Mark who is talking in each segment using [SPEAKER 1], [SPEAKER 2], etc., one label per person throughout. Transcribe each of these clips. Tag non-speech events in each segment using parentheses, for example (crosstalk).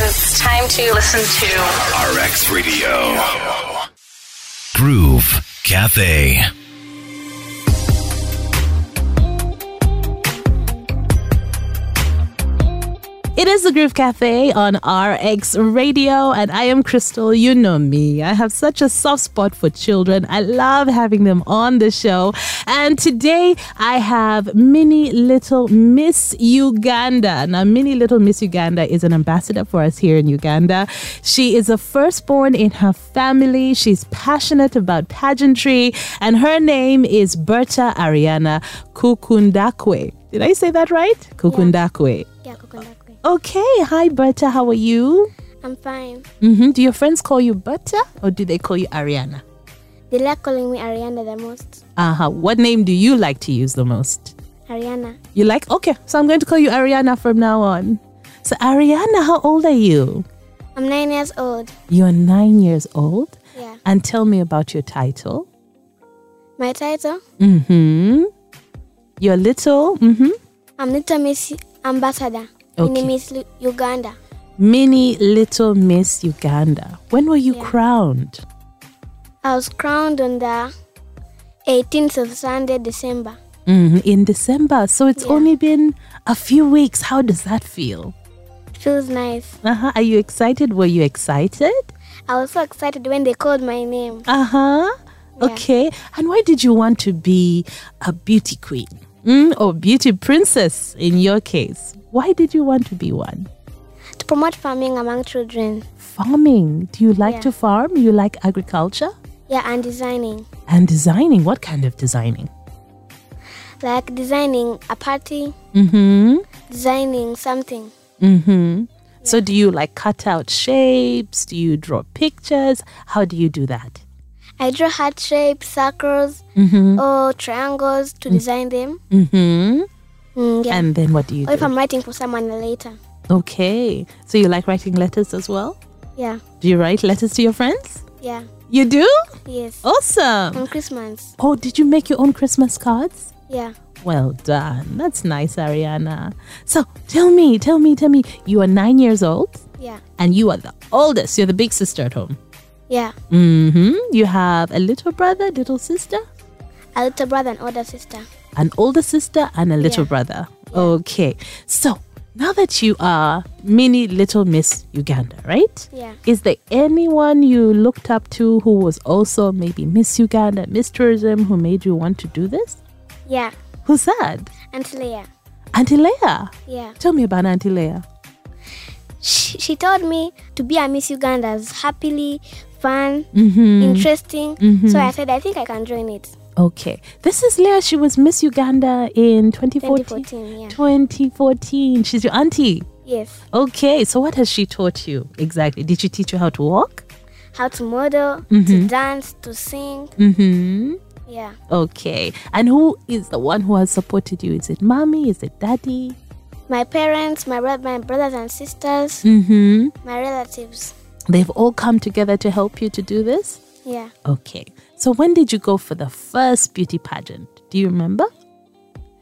[SPEAKER 1] listen to listen to
[SPEAKER 2] RX Radio. Groove Cafe.
[SPEAKER 3] It is the Groove Cafe on RX Radio, and I am Crystal. You know me. I have such a soft spot for children. I love having them on the show. And today I have Mini Little Miss Uganda. Now, Mini Little Miss Uganda is an ambassador for us here in Uganda. She is a firstborn in her family. She's passionate about pageantry, and her name is Berta Ariana Kukundakwe. Did I say that right? Kukundakwe.
[SPEAKER 4] Yeah, Kokondakwe.
[SPEAKER 3] Okay, hi Berta, how are you?
[SPEAKER 4] I'm fine.
[SPEAKER 3] hmm Do your friends call you Berta or do they call you Ariana?
[SPEAKER 4] They like calling me Ariana the most.
[SPEAKER 3] Uh huh. What name do you like to use the most?
[SPEAKER 4] Ariana,
[SPEAKER 3] You like? Okay, so I'm going to call you Ariana from now on. So, Ariana, how old are you?
[SPEAKER 4] I'm nine years old.
[SPEAKER 3] You're nine years old.
[SPEAKER 4] Yeah.
[SPEAKER 3] And tell me about your title.
[SPEAKER 4] My title,
[SPEAKER 3] Mm hmm. You're little, mm hmm.
[SPEAKER 4] I'm Little Miss Ambassador
[SPEAKER 3] Okay.
[SPEAKER 4] in Miss Lu- Uganda.
[SPEAKER 3] Mini Little Miss Uganda. When were you
[SPEAKER 4] Yeah.
[SPEAKER 3] crowned?
[SPEAKER 4] I was crowned on the 18th of Sunday, December.
[SPEAKER 3] Mm, in December. So it's
[SPEAKER 4] Yeah.
[SPEAKER 3] only been a few weeks. How does that feel?
[SPEAKER 4] It feels nice.
[SPEAKER 3] Uh-huh. Are you excited? Were you excited?
[SPEAKER 4] I was so excited when they called my name.
[SPEAKER 3] Uh huh.
[SPEAKER 4] Yeah.
[SPEAKER 3] Okay. And why did you want to be a beauty queen mm, or beauty princess in your case? Why did you want to be one?
[SPEAKER 4] To promote farming among children.
[SPEAKER 3] Farming. Do you like
[SPEAKER 4] Yeah.
[SPEAKER 3] to farm? You like agriculture
[SPEAKER 4] Yeah, and designing.
[SPEAKER 3] and designing. What kind of designing?
[SPEAKER 4] Like designing a party,
[SPEAKER 3] Mm hmm.
[SPEAKER 4] designing something.
[SPEAKER 3] Mm hmm. So, do you like cut out shapes? Do you draw pictures? How do you do that?
[SPEAKER 4] I draw heart shapes, circles, or triangles to design them.
[SPEAKER 3] Mm hmm.
[SPEAKER 4] Mm, yeah.
[SPEAKER 3] And then what do you
[SPEAKER 4] Or if
[SPEAKER 3] do?
[SPEAKER 4] I'm writing for someone later.
[SPEAKER 3] Okay. So, you like writing letters as well?
[SPEAKER 4] Yeah,
[SPEAKER 3] Do you write letters to your friends?
[SPEAKER 4] yeah,
[SPEAKER 3] You do?
[SPEAKER 4] yes.
[SPEAKER 3] Awesome.
[SPEAKER 4] On Christmas.
[SPEAKER 3] Oh, did you make your own Christmas cards?
[SPEAKER 4] Yeah.
[SPEAKER 3] Well done. That's nice, Ariana. So tell me, tell me, tell me, you are nine years old
[SPEAKER 4] Yeah.
[SPEAKER 3] and you are the oldest. You're the big sister at home.
[SPEAKER 4] Yeah.
[SPEAKER 3] hmm. You have a little brother, little sister,
[SPEAKER 4] A little brother and older sister.
[SPEAKER 3] an older sister, and a little
[SPEAKER 4] Yeah.
[SPEAKER 3] brother. Okay. So now that you are mini little Miss Uganda, right?
[SPEAKER 4] Yeah.
[SPEAKER 3] Is there anyone you looked up to who was also maybe Miss Uganda, Miss Tourism, who made you want to do this?
[SPEAKER 4] Yeah.
[SPEAKER 3] Who's that?
[SPEAKER 4] Aunt Leah.
[SPEAKER 3] Auntie Leia.
[SPEAKER 4] Yeah.
[SPEAKER 3] Tell me about Auntie Leia.
[SPEAKER 4] She, she told me to be a Miss Uganda is happily, fun,
[SPEAKER 3] Mm-hmm.
[SPEAKER 4] interesting. So I said, I think I can join it.
[SPEAKER 3] Okay. This is Leia. She was Miss Uganda in 2014.
[SPEAKER 4] 2014, yeah.
[SPEAKER 3] 2014. She's your auntie.
[SPEAKER 4] Yes.
[SPEAKER 3] Okay. So, what has she taught you exactly? Did she teach you how to walk?
[SPEAKER 4] How to model, to dance, to sing.
[SPEAKER 3] Mm-hmm.
[SPEAKER 4] Yeah.
[SPEAKER 3] Okay. And who is the one who has supported you? Is it mommy? Is it daddy?
[SPEAKER 4] My parents, my, bro- my brothers and sisters,
[SPEAKER 3] Mm-hmm.
[SPEAKER 4] my relatives.
[SPEAKER 3] They've all come together to help you to do this?
[SPEAKER 4] Yeah.
[SPEAKER 3] Okay. So, when did you go for the first beauty pageant? Do you remember?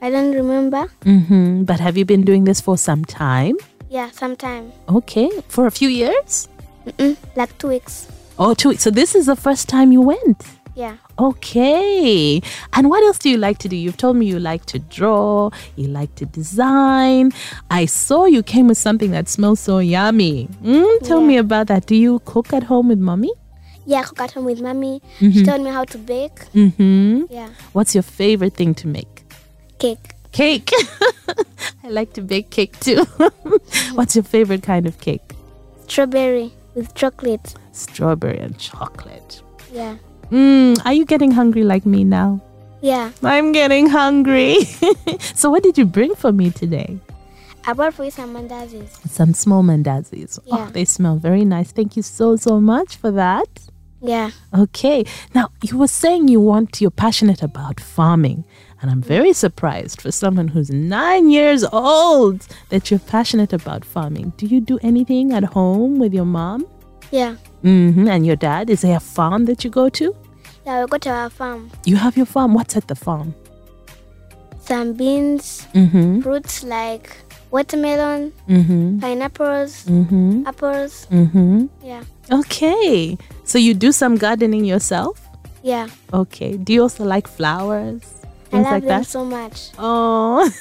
[SPEAKER 4] I don't remember.
[SPEAKER 3] Mm-hmm. But have you been doing this for some time?
[SPEAKER 4] Yeah, sometime.
[SPEAKER 3] Okay, for a few years?
[SPEAKER 4] Mm-mm. Like two weeks.
[SPEAKER 3] Oh, two. So this is the first time you went.
[SPEAKER 4] Yeah.
[SPEAKER 3] Okay. And what else do you like to do? You've told me you like to draw, you like to design. I saw you came with something that smells so yummy. Mm, tell me about that. Do you cook at home with mommy?
[SPEAKER 4] Yeah, I cook at home with mommy. She taught me how to bake.
[SPEAKER 3] Mm-hmm.
[SPEAKER 4] Yeah.
[SPEAKER 3] What's your favorite thing to make?
[SPEAKER 4] Cake.
[SPEAKER 3] Cake. (laughs) I like to bake cake too. (laughs) What's your favorite kind of cake?
[SPEAKER 4] Strawberry with chocolate.
[SPEAKER 3] Strawberry and chocolate.
[SPEAKER 4] Yeah.
[SPEAKER 3] Mm, are you getting hungry like me now?
[SPEAKER 4] Yeah.
[SPEAKER 3] I'm getting hungry. (laughs) so, what did you bring for me today?
[SPEAKER 4] I bought for you some mandazis.
[SPEAKER 3] Some small mandazis. Oh,
[SPEAKER 4] Yeah.
[SPEAKER 3] they smell very nice. Thank you so, so much for that.
[SPEAKER 4] Yeah.
[SPEAKER 3] Okay. Now, you were saying you want, you're passionate about farming. And I'm very surprised for someone who's nine years old that you're passionate about farming. Do you do anything at home with your mom?
[SPEAKER 4] Yeah.
[SPEAKER 3] hmm And your dad? Is there a farm that you go to?
[SPEAKER 4] Yeah, we go to our farm.
[SPEAKER 3] You have your farm. What's at the farm?
[SPEAKER 4] Some beans,
[SPEAKER 3] Mm-hmm.
[SPEAKER 4] fruits like watermelon,
[SPEAKER 3] Mm-hmm.
[SPEAKER 4] pineapples,
[SPEAKER 3] Mm-hmm.
[SPEAKER 4] apples.
[SPEAKER 3] Mm-hmm.
[SPEAKER 4] Yeah,
[SPEAKER 3] Okay. So you do some gardening yourself?
[SPEAKER 4] yeah.
[SPEAKER 3] Okay. Do you also like flowers?
[SPEAKER 4] I
[SPEAKER 3] Things
[SPEAKER 4] love
[SPEAKER 3] like
[SPEAKER 4] them
[SPEAKER 3] that?
[SPEAKER 4] so much.
[SPEAKER 3] Oh.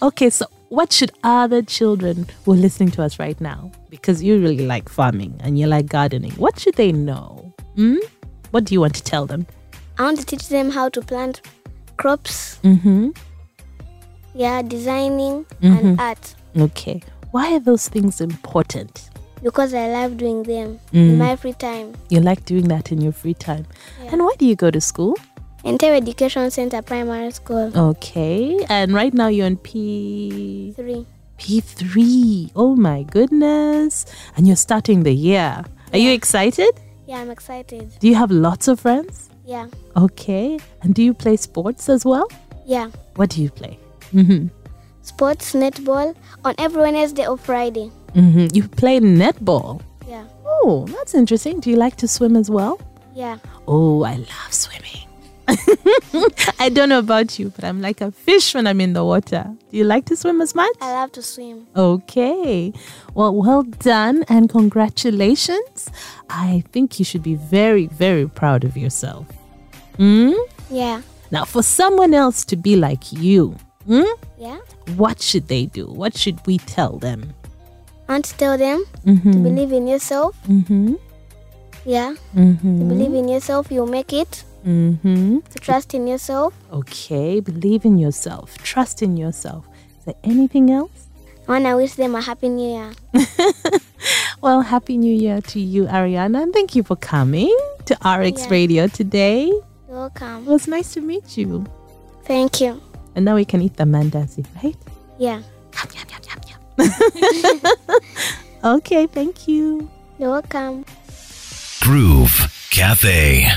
[SPEAKER 3] (laughs) okay. So what should other children who are listening to us right now, because you really like farming and you like gardening, what should they know? Hmm? What do you want to tell them?
[SPEAKER 4] I want to teach them how to plant crops.
[SPEAKER 3] Mm-hmm.
[SPEAKER 4] Yeah, designing and art
[SPEAKER 3] Okay. Why are those things important?
[SPEAKER 4] because I love doing them in my free time.
[SPEAKER 3] You like doing that in your free time. And why do you go to school?
[SPEAKER 4] Entire Education Center Primary School.
[SPEAKER 3] Okay. And right now you're in P
[SPEAKER 4] Three.
[SPEAKER 3] P3. Oh my goodness. And you're starting the year. Are you excited?
[SPEAKER 4] Yeah, I'm excited.
[SPEAKER 3] Do you have lots of friends?
[SPEAKER 4] Yeah,
[SPEAKER 3] Okay. And do you play sports as well?
[SPEAKER 4] yeah.
[SPEAKER 3] What do you play?
[SPEAKER 4] Sports, netball on every Wednesday or Friday.
[SPEAKER 3] hmm You play netball.
[SPEAKER 4] Yeah,
[SPEAKER 3] Oh, that's interesting. Do you like to swim as well?
[SPEAKER 4] yeah.
[SPEAKER 3] Oh, I love swimming. (laughs) I don't know about you, but I'm like a fish when I'm in the water. Do you like to swim as much?
[SPEAKER 4] I love to swim.
[SPEAKER 3] Okay. Well, well done and congratulations. I think you should be very, very proud of yourself. Hmm?
[SPEAKER 4] Yeah,
[SPEAKER 3] Now, for someone else to be like you, hmm,
[SPEAKER 4] yeah.
[SPEAKER 3] what should they do? What should we tell them?
[SPEAKER 4] I want to tell them to believe in yourself.
[SPEAKER 3] Mm-hmm.
[SPEAKER 4] Yeah,
[SPEAKER 3] Mm-hmm.
[SPEAKER 4] to believe in yourself, you'll make it.
[SPEAKER 3] Mm-hmm.
[SPEAKER 4] To trust in yourself.
[SPEAKER 3] Okay. Believe in yourself. Trust in yourself. Is there anything else?
[SPEAKER 4] I want to wish them a happy new year.
[SPEAKER 3] Well, Happy New Year to you, Ariana, and thank you for coming to RX
[SPEAKER 4] Yeah.
[SPEAKER 3] Radio today. It
[SPEAKER 4] You're welcome.
[SPEAKER 3] was nice to meet you.
[SPEAKER 4] Thank you.
[SPEAKER 3] And now we can eat the mandazi, right?
[SPEAKER 4] Yeah,
[SPEAKER 3] Yum, yum, yum, yum, yum. (laughs) okay, thank you.
[SPEAKER 4] you're welcome.
[SPEAKER 2] Groove Cafe.